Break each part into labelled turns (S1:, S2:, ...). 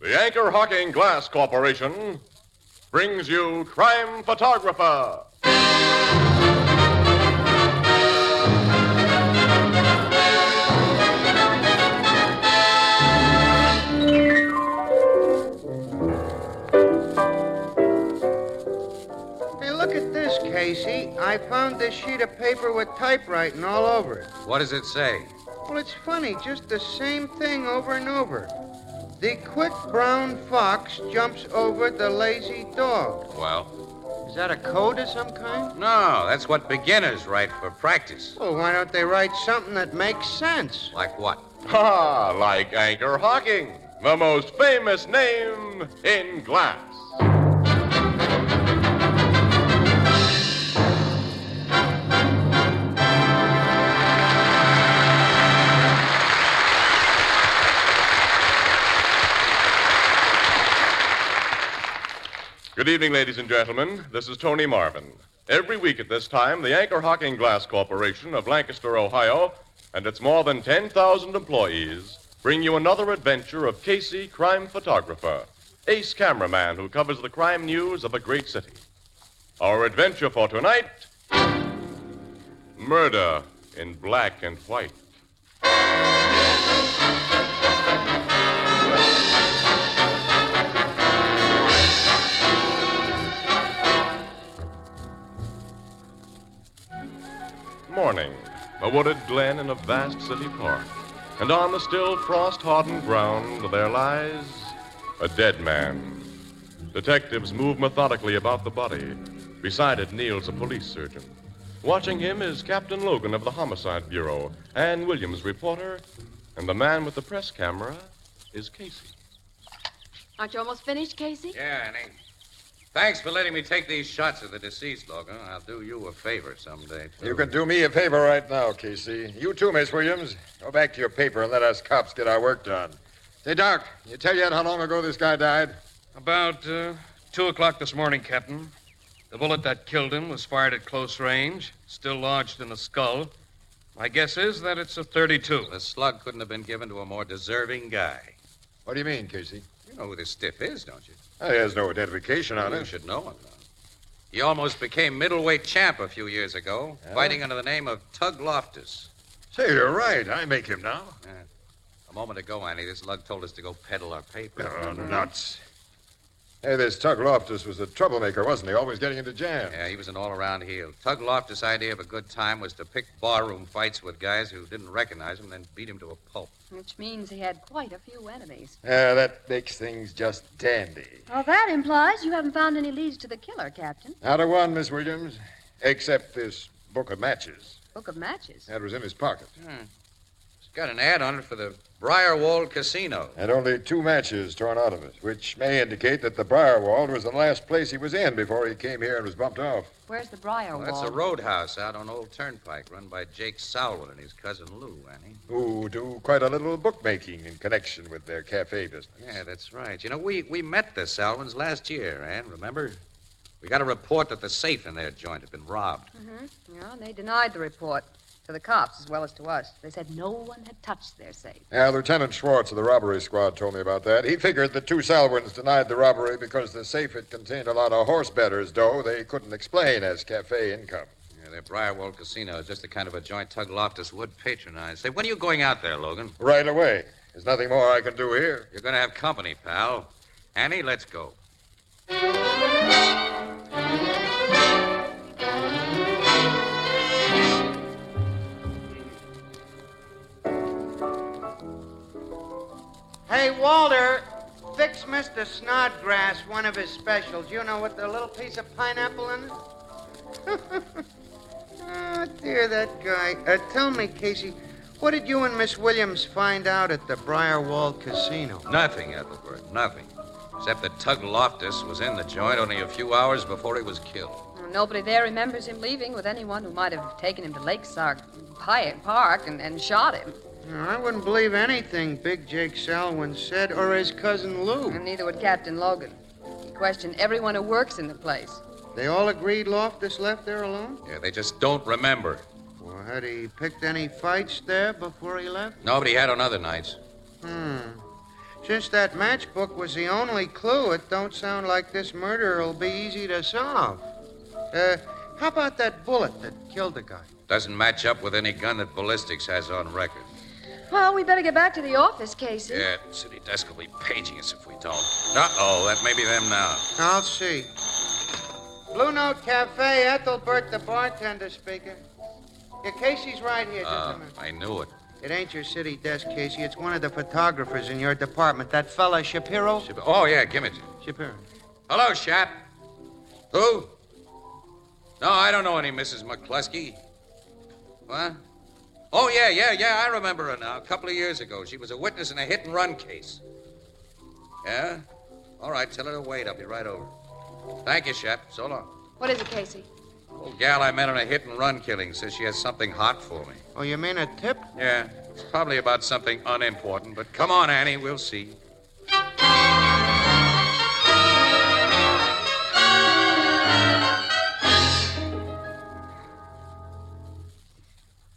S1: The Anchor Hocking Glass Corporation brings you Crime Photographer.
S2: Hey, look at this, Casey. I found this sheet of paper with typewriting all over it.
S3: What does it say?
S2: Well, it's funny, just the same thing over and over. The quick brown fox jumps over the lazy dog.
S3: Well,
S2: Is that a code of some kind?
S3: no, that's what beginners write for practice.
S2: Well, why don't they write something that makes sense?
S3: Like what?
S1: Ah, like Anchor Hocking, the most famous name in glass. Good evening, ladies and gentlemen. This is Tony Marvin. Every week at this time, the Anchor Hocking Glass Corporation of Lancaster, Ohio, and its more than 10,000 employees bring you another adventure of Casey, crime photographer, ace cameraman who covers the crime news of a great city. Our adventure for tonight murder in black and white. Morning. A wooded glen in a vast city park. And on the still frost hardened ground there lies a dead man. Detectives move methodically about the body. Beside it kneels a police surgeon. Watching him is Captain Logan of the Homicide Bureau, Ann Williams, reporter, and the man with the press camera is Casey.
S4: Aren't you almost finished, Casey?
S3: Yeah, Annie. Thanks for letting me take these shots of the deceased, Logan. I'll do you a favor someday. too.
S5: You can do me a favor right now, Casey. You too, Miss Williams. Go back to your paper and let us cops get our work done. Say, Doc, you tell yet how long ago this guy died?
S6: About uh, two o'clock this morning, Captain. The bullet that killed him was fired at close range, still lodged in the skull. My guess is that it's a 32.
S3: The slug couldn't have been given to a more deserving guy.
S5: What do you mean, Casey?
S3: You know who this stiff is, don't you?
S5: There's no identification on
S3: You
S5: it.
S3: should know him. though. He almost became middleweight champ a few years ago, fighting under the name of Tug Loftus.
S5: Say, you're right. I make him now.
S3: A moment ago, Annie, this lug told us to go peddle our paper.
S5: Oh, nuts. Hey, this Tug Loftus was a troublemaker, wasn't he? Always getting into jams.
S3: Yeah, he was an all-around heel. Tug Loftus' idea of a good time was to pick barroom fights with guys who didn't recognize him, then beat him to a pulp.
S4: Which means he had quite a few enemies.
S5: Yeah, that makes things just dandy.
S4: Well, that implies you haven't found any leads to the killer, Captain.
S5: Out of one, Miss Williams, except this book of matches
S4: Book of matches.
S5: that was in his pocket.
S3: He's got an ad on it for the Briarwald Casino.
S5: and only two matches torn out of it, which may indicate that the Briarwald was the last place he was in before he came here and was bumped off.
S4: Where's the briar
S3: Well, that's a
S4: wall?
S3: roadhouse out on Old Turnpike, run by Jake Sowler and his cousin Lou, Annie.
S5: Who do quite a little bookmaking in connection with their cafe business.
S3: Yeah, that's right. You know, we, we met the Salvins last year, Ann, remember? We got a report that the safe in their joint had been robbed.
S4: Yeah, and they denied the report to the cops as well as to us. They said no one had touched their safe.
S5: Now, Lieutenant Schwartz of the robbery squad told me about that. He figured the two Salwins denied the robbery because the safe had contained a lot of horse betters' dough they couldn't explain as cafe income.
S3: Yeah, their Briarwald Casino is just the kind of a joint Tug Loftus would patronize. Say, when are you going out there, Logan?
S5: Right away. There's nothing more I can do here.
S3: You're going to have company, pal. Annie, let's go.
S2: Hey, Walter, fix Mr. Snodgrass one of his specials. You know, with the little piece of pineapple in it? oh, dear, that guy. Uh, tell me, Casey, what did you and Miss Williams find out at the Briarwald Casino?
S3: Nothing, Ethelbert, nothing. Except that Tug Loftus was in the joint only a few hours before he was killed.
S4: Well, Nobody there remembers him leaving with anyone who might have taken him to Lake Sark Pi- Park and, and shot him.
S2: No, I wouldn't believe anything Big Jake Salwin said or his cousin Lou.
S4: And neither would Captain Logan. He questioned everyone who works in the place.
S2: They all agreed Loftus left there alone?
S3: Yeah, they just don't remember.
S2: Well, had he picked any fights there before he left?
S3: Nobody had on other nights.
S2: Hmm. Since that matchbook was the only clue, it don't sound like this murder will be easy to solve. Uh, how about that bullet that killed the guy?
S3: Doesn't match up with any gun that ballistics has on record.
S4: Well, we better get back to the office, Casey.
S3: Yeah, city desk will be paging us if we don't. Uh-oh, that may be them now.
S2: I'll see. Blue Note Cafe, Ethelbert the bartender speaking. Yeah, Casey's right here, just
S3: Uh,
S2: a minute.
S3: I knew it.
S2: It ain't your city desk, Casey. It's one of the photographers in your department. That fella Shapiro.
S3: Shap- Oh, yeah, give it.
S2: Shapiro.
S3: Hello, Shap. Who? No, I don't know any Mrs. McCluskey. What? Oh, yeah, yeah, yeah, I remember her now. A couple of years ago, she was a witness in a hit and run case. Yeah? All right, tell her to wait. I'll be right over. Thank you, Shap. So long.
S4: What is it, Casey?
S3: Old gal I met on a hit and run killing says she has something hot for me.
S2: Oh, you mean a tip?
S3: Yeah, it's probably about something unimportant, but come on, Annie, we'll see.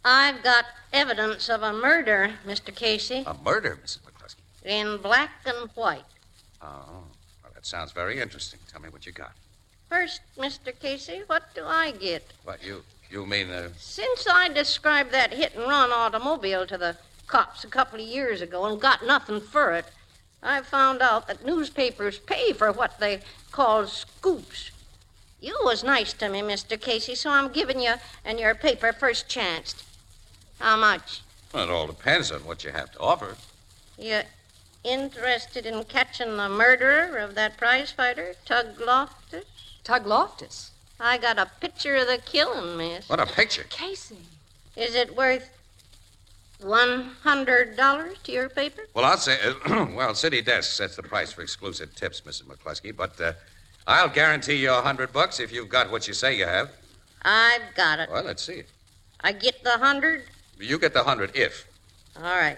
S7: I've got evidence of a murder, Mr. Casey,
S3: A murder, Mrs. McCluskey.
S7: in black and white.
S3: Oh, well, that sounds very interesting. Tell me what you got.
S7: First, Mr. Casey, what do I get?
S3: What, you you mean uh,
S7: Since I described that hit and run automobile to the cops a couple of years ago and got nothing for it, I found out that newspapers pay for what they call scoops. You was nice to me, Mr. Casey, so I'm giving you and your paper first chance. How much?
S3: Well, it all depends on what you have to offer.
S7: You interested in catching the murderer of that prize fighter, Tug Loftus?
S4: Tug Loftus.
S7: I got a picture of the killing, miss.
S3: What a picture.
S4: Casey.
S7: Is it worth $100 to your paper?
S3: Well, I'll say, well, City Desk sets the price for exclusive tips, Mrs. McCluskey, but uh, I'll guarantee you a hundred bucks if you've got what you say you have.
S7: I've got it.
S3: Well, let's see.
S7: I get the 100
S3: You get the hundred if.
S7: All right.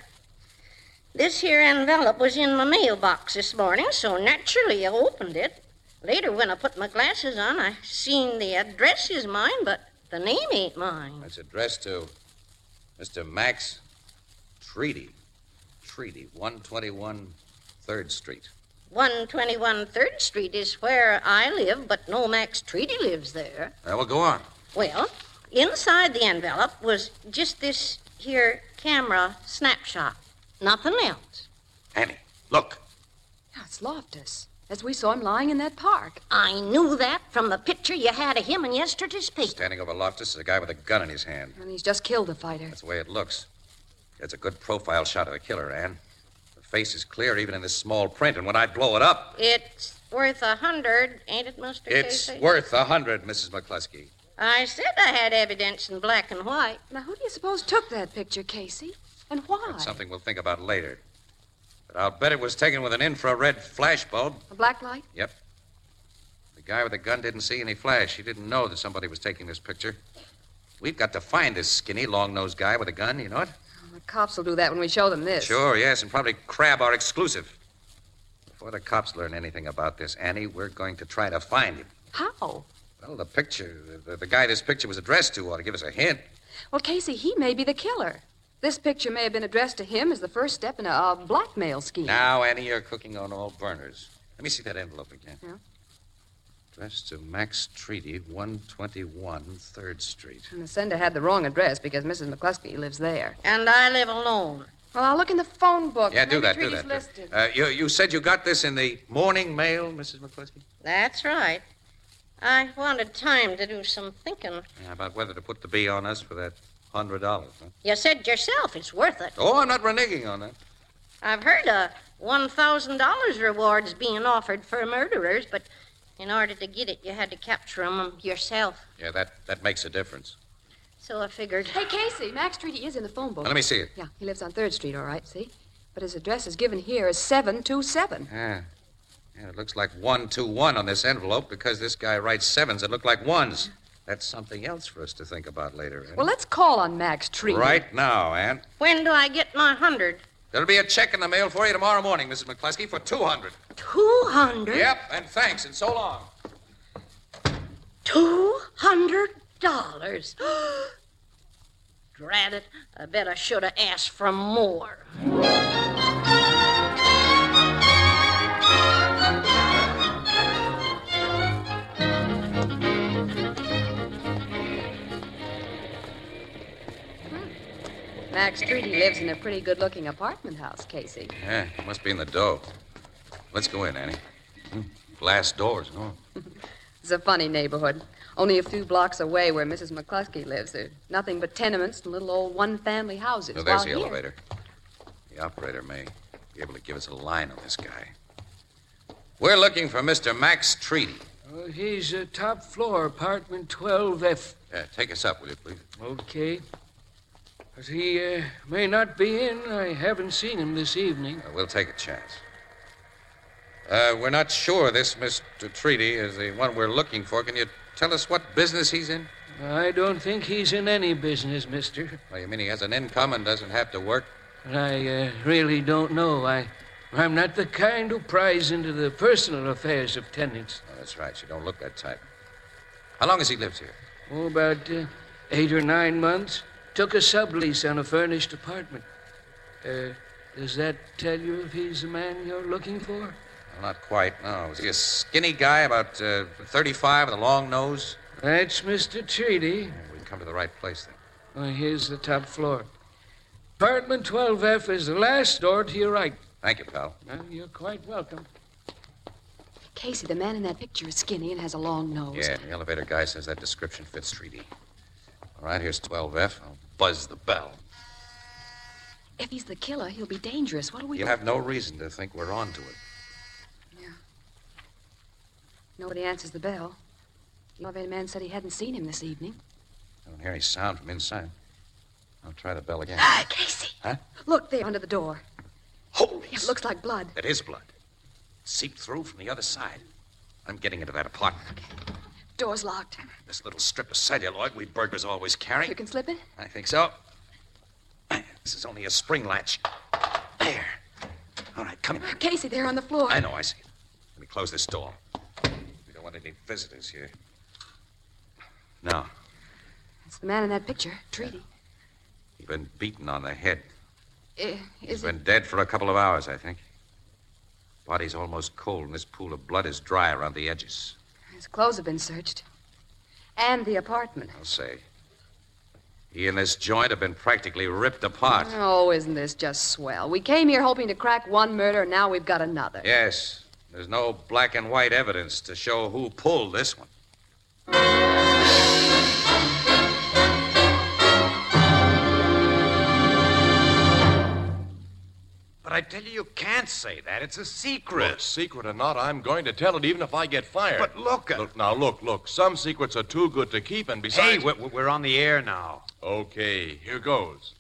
S7: This here envelope was in my mailbox this morning, so naturally I opened it. Later, when I put my glasses on, I seen the address is mine, but the name ain't mine.
S3: It's addressed to Mr. Max Treaty. Treaty, 121 3rd Street.
S7: 121 3rd Street is where I live, but no Max Treaty lives there.
S3: Now, well, go on.
S7: Well, inside the envelope was just this here camera snapshot. Nothing else.
S3: Annie, look.
S4: Yeah, it's Loftus. As we saw him lying in that park.
S7: I knew that from the picture you had of him in yesterday's paper.
S3: Standing over Loftus is a guy with a gun in his hand.
S4: And he's just killed a fighter.
S3: That's the way it looks. It's a good profile shot of the killer, Ann. The face is clear even in this small print, and when I blow it up,
S7: It's worth a hundred, ain't it, Mr.
S3: it's
S7: Casey?
S3: worth a hundred, Mrs. McCluskey.
S7: I said I had evidence in black and white.
S4: Now, who do you suppose took that picture, Casey? And why?
S3: That's something we'll think about later. But I'll bet it was taken with an infrared flash bulb.
S4: A black light?
S3: Yep. The guy with the gun didn't see any flash. He didn't know that somebody was taking this picture. We've got to find this skinny, long-nosed guy with a gun, you know it?
S4: Oh, The cops will do that when we show them this.
S3: Sure, yes, and probably crab our exclusive. Before the cops learn anything about this, Annie, we're going to try to find him.
S4: How?
S3: Well, the picture, the, the guy this picture was addressed to ought to give us a hint.
S4: Well, Casey, he may be the killer. This picture may have been addressed to him as the first step in a, uh, blackmail scheme.
S3: Now, Annie, you're cooking on all burners. Let me see that envelope again.
S4: Yeah.
S3: Addressed to Max Treaty, 121 3rd Street.
S4: And the sender had the wrong address because Mrs. McCluskey lives there.
S7: And I live alone.
S4: Well, I'll look in the phone book.
S3: Yeah, do
S4: Maybe
S3: that, do
S4: Treaty's
S3: that. do-
S4: listed.
S3: Uh, you, you said you got this in the morning mail, Mrs. McCluskey?
S7: That's right. I wanted time to do some thinking.
S3: Yeah, about whether to put the bee on us for that $100, huh?
S7: You said yourself it's worth it.
S3: Oh, I'm not reneging on that.
S7: I've heard of $1,000 rewards being offered for murderers, but in order to get it, you had to capture 'em yourself.
S3: Yeah, that, that makes a difference.
S7: So I figured.
S4: Hey, Casey, Max Treaty is in the phone book.
S3: Now, let me see it.
S4: Yeah, he lives on 3rd Street, all right, see? But his address is given here as 727.
S3: Yeah. Ah. Yeah, it looks like one, two, one on this envelope because this guy writes sevens that look like ones. That's something else for us to think about later. Ann.
S4: Well, let's call on Max Treaty.
S3: right now, Ann.
S7: When do I get my 100?
S3: There'll be a check in the mail for you tomorrow morning, Mrs. McCluskey, for 200.
S7: 200
S4: Hmm?
S3: Yep, and thanks, and so long.
S7: Two hundred dollars. Drat it! I bet I should have asked for more.
S4: next street, he lives in a pretty good looking apartment house, Casey.
S3: Yeah, it must be in the dough. Let's go in, Annie. Hmm, Glass doors, no?
S4: It's a funny neighborhood. Only a few blocks away where Mrs. McCluskey lives, there's nothing but tenements and little old one family houses.
S3: No, Oh, there's
S4: while
S3: the
S4: here-
S3: elevator. The operator may be able to give us a line on this guy. We're looking for Mr. Max Treaty.
S8: Uh, he's uh, top floor, apartment 12F.
S3: Yeah, Uh, take us up, will you, please?
S8: Okay. But he uh, may not be in. I haven't seen him this evening.
S3: Uh, we'll take a chance. Uh, we're not sure this Mr. Treaty is the one we're looking for. Can you tell us what business he's in?
S8: I don't think he's in any business, mister.
S3: Well, you mean he has an income and doesn't have to work?
S8: And I uh, really don't know. I, I'm not the kind who pries into the personal affairs of tenants.
S3: Oh, that's right. You don't look that type. How long has he lived here?
S8: Oh, about uh, eight or nine months. Took a sublease on a furnished apartment. Uh, does that tell you if he's the man you're looking for?
S3: Well, not quite, no. Is he a skinny guy, about uh, 35, with a long nose?
S8: That's Mr. Treaty.
S3: Yeah, We've come to the right place, then.
S8: Well, here's the top floor. Apartment 12F is the last door to your right.
S3: Thank you, pal.
S8: Now, you're quite welcome.
S4: Casey, the man in that picture is skinny and has a long nose.
S3: Yeah, the elevator guy says that description fits Treaty. All right, here's 12F. I'll buzz the bell.
S4: If he's the killer, he'll be dangerous. What'll we
S3: You
S4: do?
S3: have no reason to think we're on to it.
S4: Nobody answers the bell. The elevator man said he hadn't seen him this evening.
S3: I don't hear any sound from inside. I'll try the bell again.
S4: Casey!
S3: Huh?
S4: Look there under the door.
S3: Holy!
S4: It looks like blood.
S3: That is blood. Seeped through from the other side. I'm getting into that apartment.
S4: Door's locked.
S3: This little strip of celluloid we burglars always carry.
S4: You can slip it?
S3: I think so. This is only a spring latch. There. All right, come in.
S4: Casey, there on the floor.
S3: I know, I see. it. Let me close this door. We don't want any visitors here. No,
S4: It's the man in that picture, Treaty.
S3: he's been beaten on the head.
S4: I-
S3: He's
S4: Eh, Is it?
S3: been dead for a couple of hours, I think. Body's almost cold, and this pool of blood is dry around the edges.
S4: His clothes have been searched. And the apartment.
S3: I'll say. He and this joint have been practically ripped apart.
S4: Oh, isn't this just swell? We came here hoping to crack one murder, and now we've got another.
S3: Yes, there's no black and white evidence to show who pulled this one.
S9: But I tell you, you can't say that. It's a secret.
S1: Look, secret or not, I'm going to tell it even if I get fired.
S9: But look at-
S1: Look, now, look, look. Some secrets are too good to keep, and besides.
S9: Hey, we're, we're on the air now.
S1: Okay, here goes.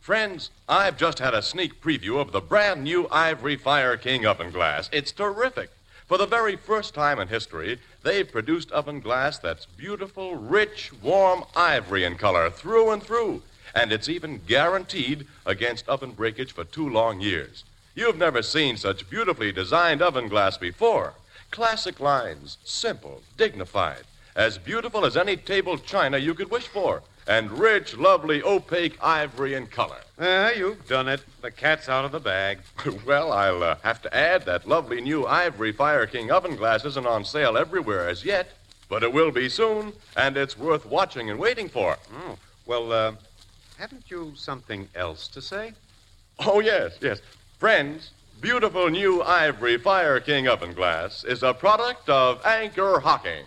S1: Friends, I've just had a sneak preview of the brand new Ivory Fire King oven glass. It's terrific. For the very first time in history, they've produced oven glass that's beautiful, rich, warm ivory in color through and through. And it's even guaranteed against oven breakage for two long years. You've never seen such beautifully designed oven glass before. Classic lines, simple, dignified, as beautiful as any table china you could wish for, and rich, lovely, opaque ivory in color.
S9: Yeah, you've done it. The cat's out of the bag.
S1: well, I'll uh, have to add that lovely new ivory Fire King oven glass isn't on sale everywhere as yet, but it will be soon, and it's worth watching and waiting for.
S9: Well, uh, haven't you something else to say?
S1: Oh, yes, yes. Friends, beautiful new ivory Fire King oven glass is a product of Anchor Hocking.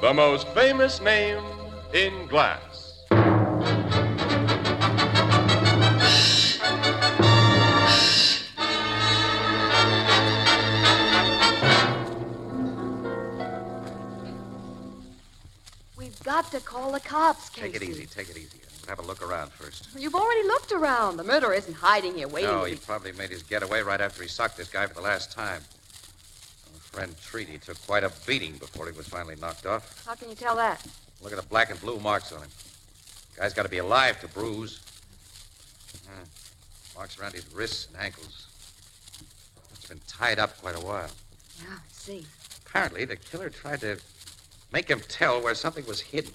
S1: The most famous name in glass.
S4: We've got to call the cops, Casey.
S3: Take it easy, take it easy. We'll have a look around first.
S4: You've already looked around. The murderer isn't hiding here waiting.
S3: No,
S4: to
S3: he
S4: be-
S3: probably made his getaway right after he socked this guy for the last time. Our friend Treaty took quite a beating before he was finally knocked off.
S4: How can you tell that?
S3: Look at the black and blue marks on him. Guy's got to be alive to bruise. Hmm. Marks around his wrists and ankles. Must have been tied up quite a while.
S4: Yeah, I see.
S3: Apparently, the killer tried to make him tell where something was hidden.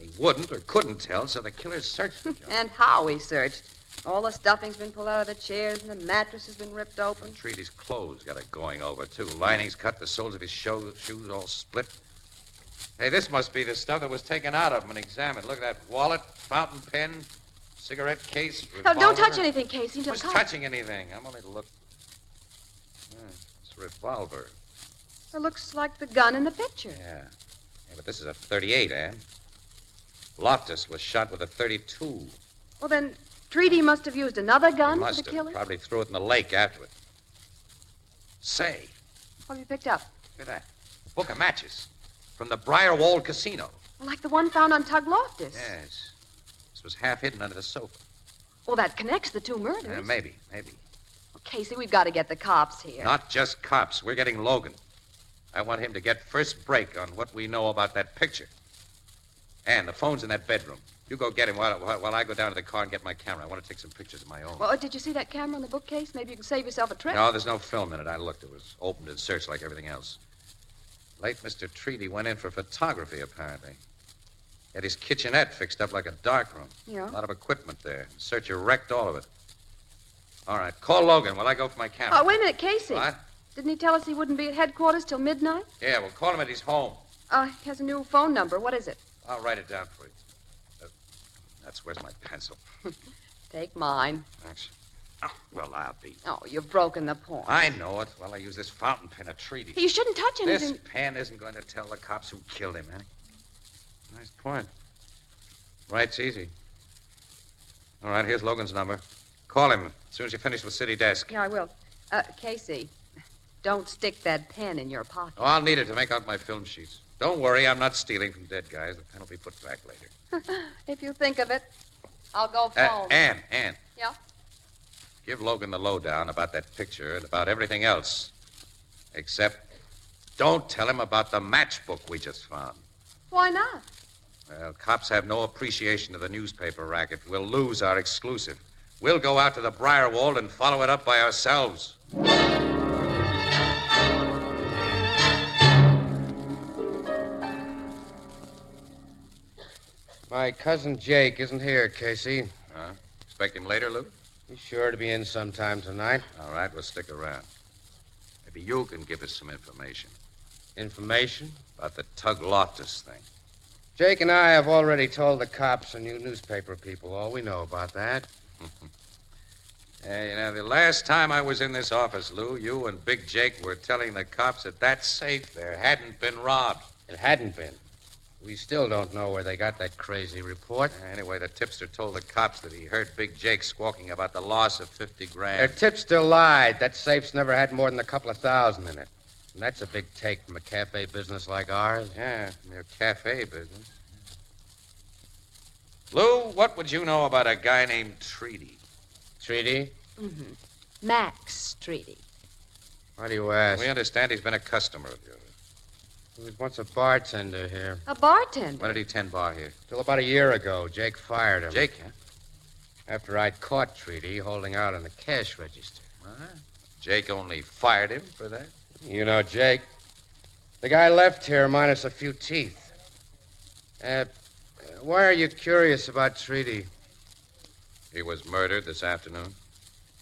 S3: He wouldn't or couldn't tell, so the killer searched the joint.
S4: And how he searched. All the stuffing's been pulled out of the chairs, and the mattress has been ripped open.
S3: Treaty's clothes got it going over, too. Linings cut, the soles of his sho- shoes all split. Hey, this must be the stuff that was taken out of him and examined. Look at that wallet, fountain pen, cigarette case.
S4: Oh, don't
S3: revolver.
S4: touch anything, Casey. Don't
S3: Who's
S4: touch.
S3: touching anything? I'm only look. Hmm, it's a revolver.
S4: It looks like the gun in the picture.
S3: Yeah. Yeah, but this is a 38, Ann. Loftus was shot with a 32.
S4: Well, then, Treaty must have used another gun for the
S3: Must
S4: killing.
S3: have. Probably threw it in the lake afterward. Say,
S4: What have you picked up?
S3: look at that. Book of matches from the Briarwald Casino.
S4: Like the one found on Tug Loftus.
S3: Yes. This was half hidden under the sofa.
S4: Well, that connects the two murders.
S3: Yeah, maybe, maybe.
S4: Casey, we've got to get the cops here.
S3: Not just cops. We're getting Logan. I want him to get first break on what we know about that picture. Ann, the phone's in that bedroom. You go get him while, while, while I go down to the car and get my camera. I want to take some pictures of my own.
S4: Well, did you see that camera on the bookcase? Maybe you can save yourself a trip.
S3: No, there's no film in it. I looked. It was opened and searched like everything else. Late Mr. Treaty went in for photography, apparently. He had his kitchenette fixed up like a darkroom.
S4: Yeah.
S3: A lot of equipment there. Searcher wrecked all of it. All right, call Logan while I go for my camera.
S4: Oh, wait a minute, Casey.
S3: What?
S4: Didn't he tell us he wouldn't be at headquarters till midnight?
S3: Yeah, well, call him at his home.
S4: Uh, he has a new phone number. What is it?
S3: I'll write it down for you. Uh, that's where's my pencil.
S4: Take mine.
S3: Thanks. Oh, well, I'll be.
S4: Oh, you've broken the point.
S3: I know it. Well, I use this fountain pen of treaty.
S4: You shouldn't touch anything.
S3: This pen isn't going to tell the cops who killed him, eh? Nice point. Right's easy. All right, here's Logan's number. Call him as soon as you finish with City Desk.
S4: Yeah, I will. Uh, Casey, don't stick that pen in your pocket.
S3: Oh, I'll need it to make out my film sheets. Don't worry, I'm not stealing from dead guys. The pen will be put back later.
S4: If you think of it, I'll go
S3: Uh,
S4: phone.
S3: Ann, Ann,
S4: yeah?
S3: give Logan the lowdown about that picture and about everything else. Except, don't tell him about the matchbook we just found.
S4: Why not?
S3: Well, cops have no appreciation of the newspaper racket. We'll lose our exclusive. We'll go out to the Briarwald and follow it up by ourselves.
S10: My cousin Jake isn't here, Casey.
S3: Huh? Expect him later, Lou?
S10: He's sure to be in sometime tonight.
S3: All right, we'll stick around. Maybe you can give us some information.
S10: Information?
S3: About the Tug Loftus thing.
S10: Jake and I have already told the cops and you newspaper people all we know about that.
S3: Yeah, you know, the last time I was in this office, Lou, you and Big Jake were telling the cops that that safe there hadn't been robbed.
S10: It hadn't been. We still don't know where they got that crazy report.
S3: Anyway, the tipster told the cops that he heard Big Jake squawking about the loss of 50
S10: Their
S3: grand.
S10: tipster lied. That safe's never had more than a couple of thousand in it. And that's a big take from a cafe business like ours.
S3: Yeah, from your cafe business. Lou, what would you know about a guy named Treaty?
S10: Treaty?
S4: Mm-hmm. Max Treaty.
S10: Why do you ask?
S3: We understand he's been a customer of yours.
S10: He was once a bartender here.
S4: A bartender.
S3: When did he tend bar here?
S10: Till about a year ago, Jake fired him.
S3: Jake, huh?
S10: After I'd caught Treaty holding out on the cash register.
S3: Jake only fired him for that?
S10: You know, Jake, the guy left here minus a few teeth. Uh, why are you curious about Treaty?
S3: He was murdered this afternoon.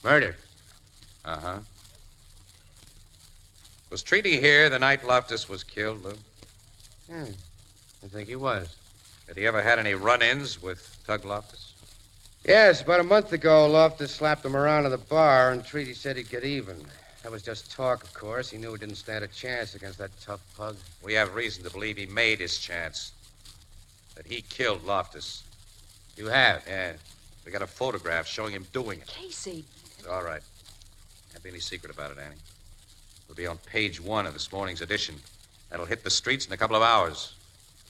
S10: Murder.
S3: Uh huh. Was Treaty here the night Loftus was killed, Lou?
S10: Hmm. I think he was.
S3: Had he ever had any run ins with Tug Loftus?
S10: Yes, about a month ago, Loftus slapped him around at the bar, and Treaty said he'd get even. That was just talk, of course. He knew he didn't stand a chance against that tough pug.
S3: We have reason to believe he made his chance. That he killed Loftus.
S10: You have?
S3: Yeah. We got a photograph showing him doing it.
S4: Casey.
S3: All right. Can't be any secret about it, Annie. It'll be on page one of this morning's edition. That'll hit the streets in a couple of hours.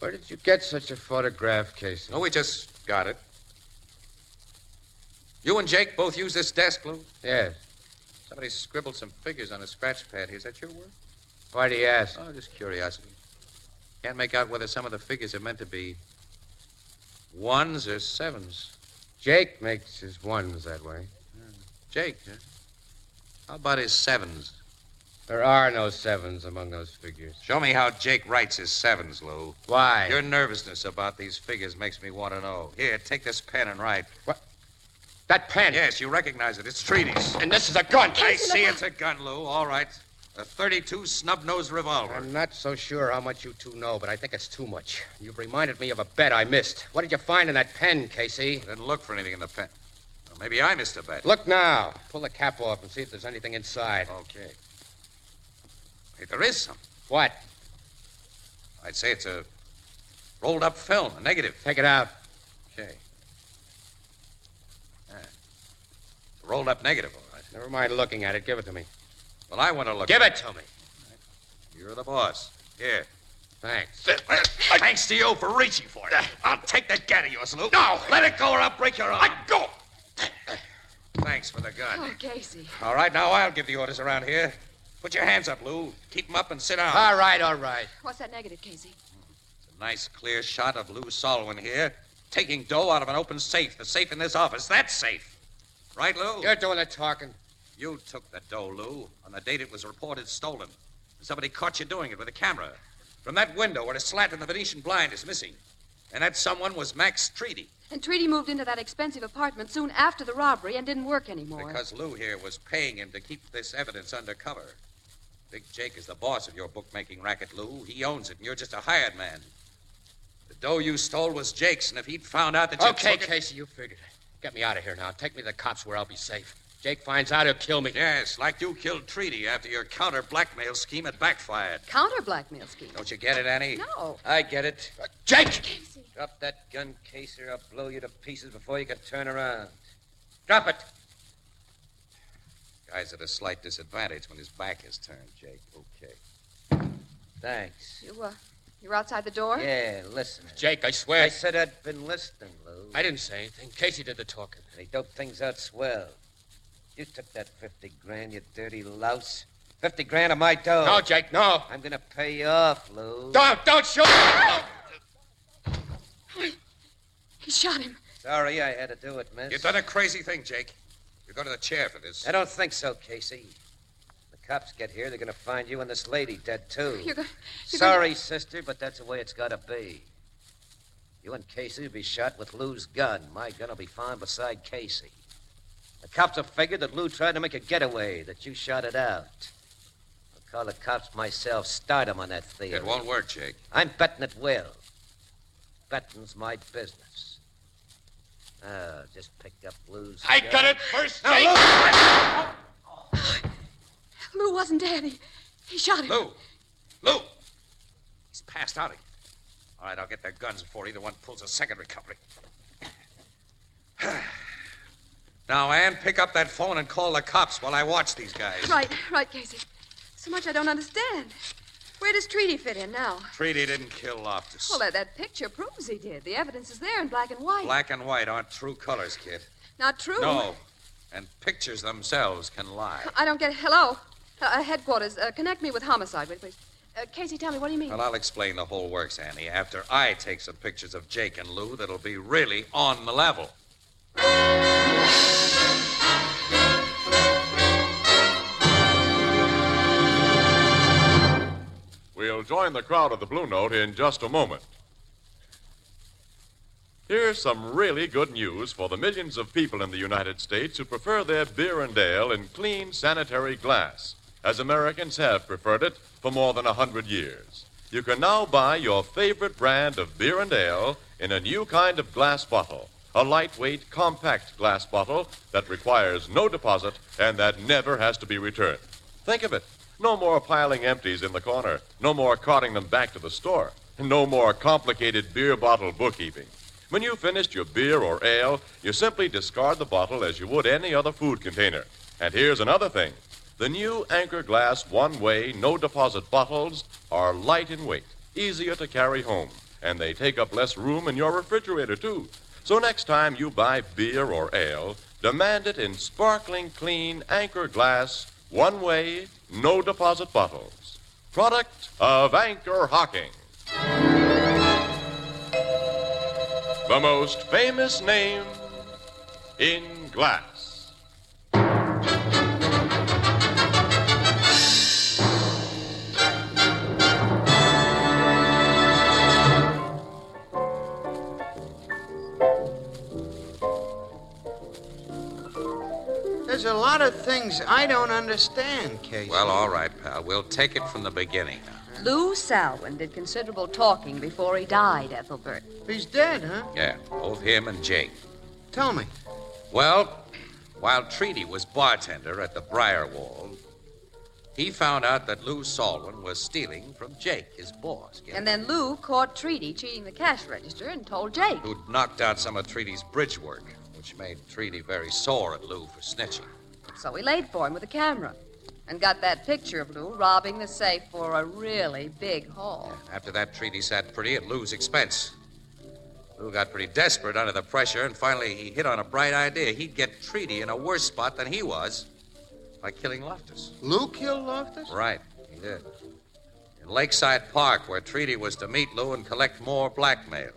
S10: Where did you get such a photograph, Casey?
S3: No, we just got it. You and Jake both use this desk, Lou.
S10: Yes.
S3: Somebody scribbled some figures on a scratch pad here. Is that your work?
S10: Why do you ask?
S3: Oh, just curiosity. Can't make out whether some of the figures are meant to be ones or sevens.
S10: Jake makes his ones that way.
S3: Jake, huh? how about his sevens?
S10: There are no sevens among those figures.
S3: Show me how Jake writes his sevens, Lou.
S10: Why?
S3: Your nervousness about these figures makes me want to know. Here, take this pen and write.
S10: That pen.
S3: Yes, you recognize it. It's treaties.
S10: And this is a gun.
S3: I see it's a gun, Lou. All right. A 32 snub-nosed revolver.
S10: I'm not so sure how much you two know, but I think it's too much. You've reminded me of a bet I missed. What did you find in that pen, Casey?
S3: Didn't look for anything in the pen. Well, maybe I missed a bet.
S10: Look now. Pull the cap off and see if there's anything inside.
S3: Okay. Hey, there is some.
S10: What?
S3: I'd say it's a rolled up film, a negative.
S10: Take it out.
S3: Okay. Ah. It's a rolled up negative, all right.
S10: Never mind looking at it. Give it to me.
S3: Well, I want to look.
S10: Give
S3: at
S10: it to me.
S3: You're the boss. Here.
S10: Thanks.
S11: Thanks to you for reaching for it. I'll take that gat of yours, Lou. No! Let it go or I'll break your arm. Let go!
S3: Thanks for the gun.
S4: Oh, Casey.
S3: All right, now I'll give the orders around here. Put your hands up, Lou. Keep them up and sit down.
S10: All right, all right.
S4: What's that negative, Casey?
S3: Nice clear shot of Lou Solwyn here, taking dough out of an open safe, the safe in this office. That's safe. Right, Lou?
S10: You're doing the talking.
S3: You took the dough, Lou, on the date it was reported stolen. And somebody caught you doing it with a camera. From that window where a slat in the Venetian blind is missing. And that someone was Max Treaty.
S4: And Treaty moved into that expensive apartment soon after the robbery and didn't work anymore.
S3: Because Lou here was paying him to keep this evidence under cover. Big Jake is the boss of your bookmaking racket, Lou. He owns it, and you're just a hired man. The dough you stole was Jake's, and if he'd found out that you
S10: Okay,
S3: took it-
S10: Casey, you figured it. Get me out of here now. Take me to the cops where I'll be safe. Jake finds out, he'll kill me.
S3: Yes, like you killed Treaty after your counter blackmail scheme had backfired.
S4: Counter blackmail scheme.
S3: Don't you get it, Annie?
S4: No.
S12: I get it.
S10: Uh, Jake!
S12: Drop that gun, case, or I'll blow you to pieces before you can turn around. Drop it.
S3: Guy's at a slight disadvantage when his back is turned, Jake. Okay.
S12: Thanks.
S4: You, uh, you're outside the door?
S12: Yeah, listen.
S10: Jake, I swear.
S12: I said I'd been listening, Lou.
S10: I didn't say anything. Casey did the talking.
S12: They doped things out swell. You took that 50 grand, you dirty louse. 50 grand of my dough.
S10: No, Jake, no.
S12: I'm going to pay you off, Lou.
S10: Don't, don't shoot!
S12: Uh,
S4: He shot him.
S12: Sorry I had to do it, miss.
S3: You've done a crazy thing, Jake. You go to the chair for this.
S12: I don't think so, Casey. The cops get here, they're going to find you and this lady dead, too.
S4: You're go- you're
S12: Sorry, sister, but that's the way it's got to be. You and Casey will be shot with Lou's gun. My gun will be found beside Casey. The cops have figured that Lou tried to make a getaway, that you shot it out. I'll call the cops myself, start 'em on that theory.
S3: It won't work, Jake.
S12: I'm betting it will. Betting's my business. Oh, just pick up Lou's.
S11: I
S12: gun.
S11: got it first,
S12: Now,
S11: Jake.
S4: Lou wasn't dead. He, he shot him.
S3: Lou! Lou! He's passed out again. All right, I'll get their guns before either one pulls a second recovery. now, Ann, pick up that phone and call the cops while I watch these guys.
S4: Right, right, Casey. So much I don't understand. Where does Treaty fit in now?
S3: Treaty didn't kill Loftus.
S4: Well, that, that picture proves he did. The evidence is there in black and white.
S3: Black and white aren't true colors, kid.
S4: Not true.
S3: No. And pictures themselves can lie.
S4: I don't get it. Hello? Uh, Uh, headquarters, uh, connect me with homicide, will you please? Uh, Casey, tell me, what do you mean?
S3: Well, I'll explain the whole works, Annie, after I take some pictures of Jake and Lou that'll be really on the level.
S1: We'll join the crowd of the Blue Note in just a moment. Here's some really good news for the millions of people in the United States who prefer their beer and ale in clean, sanitary glass, as Americans have preferred it for more than a 100 years. You can now buy your favorite brand of beer and ale in a new kind of glass bottle, a lightweight, compact glass bottle that requires no deposit and that never has to be returned. Think of it. No more piling empties in the corner. No more carting them back to the store. No more complicated beer bottle bookkeeping. When you've finished your beer or ale, you simply discard the bottle as you would any other food container. And here's another thing the new Anchor Glass one way, no deposit bottles are light in weight, easier to carry home, and they take up less room in your refrigerator, too. So next time you buy beer or ale, demand it in sparkling clean Anchor Glass one way, no deposit bottles. Product of Anchor Hocking. The most famous name in glass.
S2: There's a lot of things things I don't understand, Casey.
S3: Well, all right, pal. We'll take it from the beginning.
S4: Lou Salwin did considerable talking before he died, Ethelbert.
S2: He's dead, huh?
S3: Yeah, both him and Jake.
S2: Tell me.
S3: Well, while Treaty was bartender at the Briarwall, he found out that Lou Salwin was stealing from Jake, his boss,
S4: And then Lou caught Treaty cheating the cash register and told Jake.
S3: who'd knocked out some of Treaty's bridge work, which made Treaty very sore at Lou for snitching.
S4: So he laid for him with a camera and got that picture of Lou robbing the safe for a really big haul.
S3: After that, Treaty sat pretty at Lou's expense. Lou got pretty desperate under the pressure, and finally he hit on a bright idea. He'd get Treaty in a worse spot than he was by killing Loftus.
S2: Lou killed Loftus?
S3: Right, he did. In Lakeside Park, where Treaty was to meet Lou and collect more blackmail.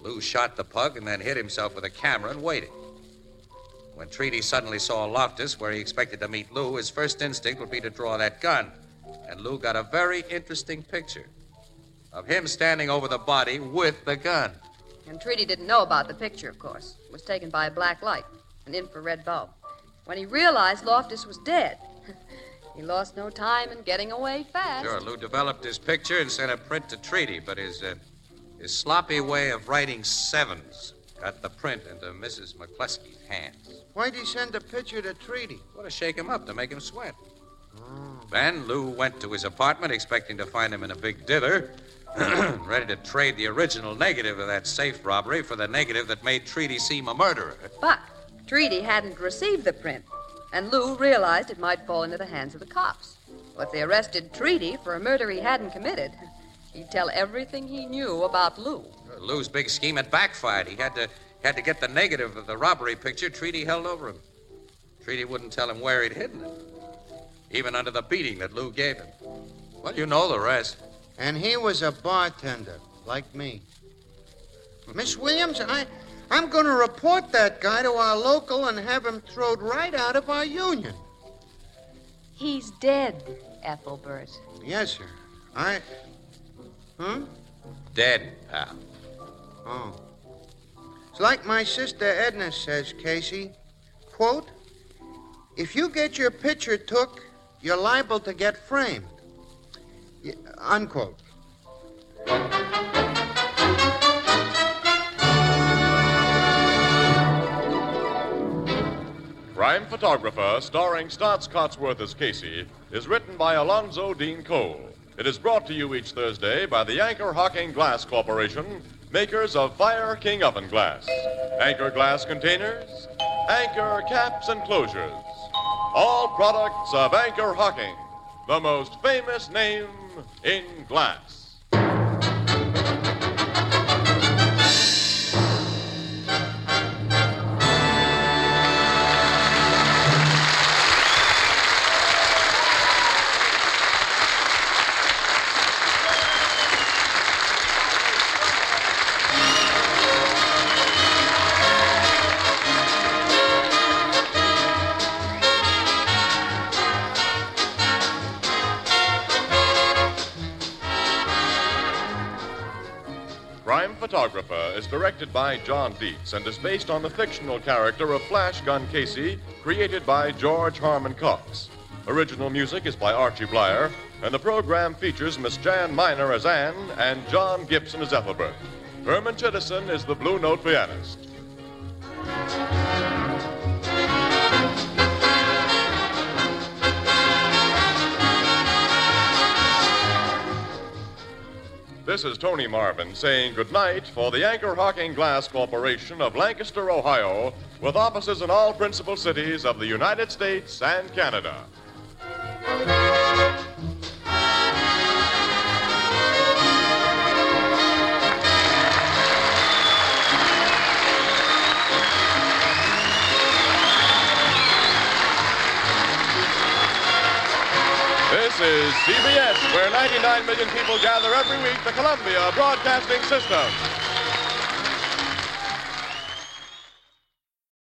S3: Lou shot the pug and then hit himself with a camera and waited. When Treaty suddenly saw Loftus, where he expected to meet Lou, his first instinct would be to draw that gun. And Lou got a very interesting picture of him standing over the body with the gun.
S4: And Treaty didn't know about the picture, of course. It was taken by a black light, an infrared bulb. When he realized Loftus was dead, he lost no time in getting away fast.
S3: Sure, Lou developed his picture and sent a print to Treaty, but his uh, his sloppy way of writing sevens got the print into Mrs. McCleskey's hands.
S2: Why'd he send a picture to Treaty?
S3: What to shake him up to make him sweat. Then Lou went to his apartment, expecting to find him in a big dither, ready to trade the original negative of that safe robbery for the negative that made Treaty seem a murderer.
S4: But Treaty hadn't received the print, and Lou realized it might fall into the hands of the cops. Well, if they arrested Treaty for a murder he hadn't committed, he'd tell everything he knew about Lou.
S3: Lou's big scheme had backfired. He had to had to get the negative of the robbery picture Treaty held over him. Treaty wouldn't tell him where he'd hidden it, even under the beating that Lou gave him. Well, you know the rest.
S2: And he was a bartender, like me. Miss Williams, I, I'm going to report that guy to our local and have him throwed right out of our union.
S4: He's dead, Ethelbert.
S2: Yes, sir. I. Huh?
S3: Dead, pal.
S2: Oh. It's like my sister Edna says, Casey. Quote If you get your picture took, you're liable to get framed. Y- unquote.
S1: Crime Photographer, starring Stotts Cotsworth as Casey, is written by Alonzo Dean Cole. It is brought to you each Thursday by the Anchor Hocking Glass Corporation, makers of Fire King Oven Glass, Anchor Glass Containers, Anchor Caps and Closures. All products of Anchor Hocking, the most famous name in glass. Crime Photographer is directed by John Dietz and is based on the fictional character of Flash Gun Casey, created by George Harmon Cox. Original music is by Archie Blyer, and the program features Miss Jan Miner as Anne and John Gibson as Ethelbert. Herman Chittison is the Blue Note pianist. This is Tony Marvin saying goodnight for the Anchor Hocking Glass Corporation of Lancaster, Ohio, with offices in all principal cities of the United States and Canada. This is CBS, where 99 million people gather every week, the Columbia Broadcasting System.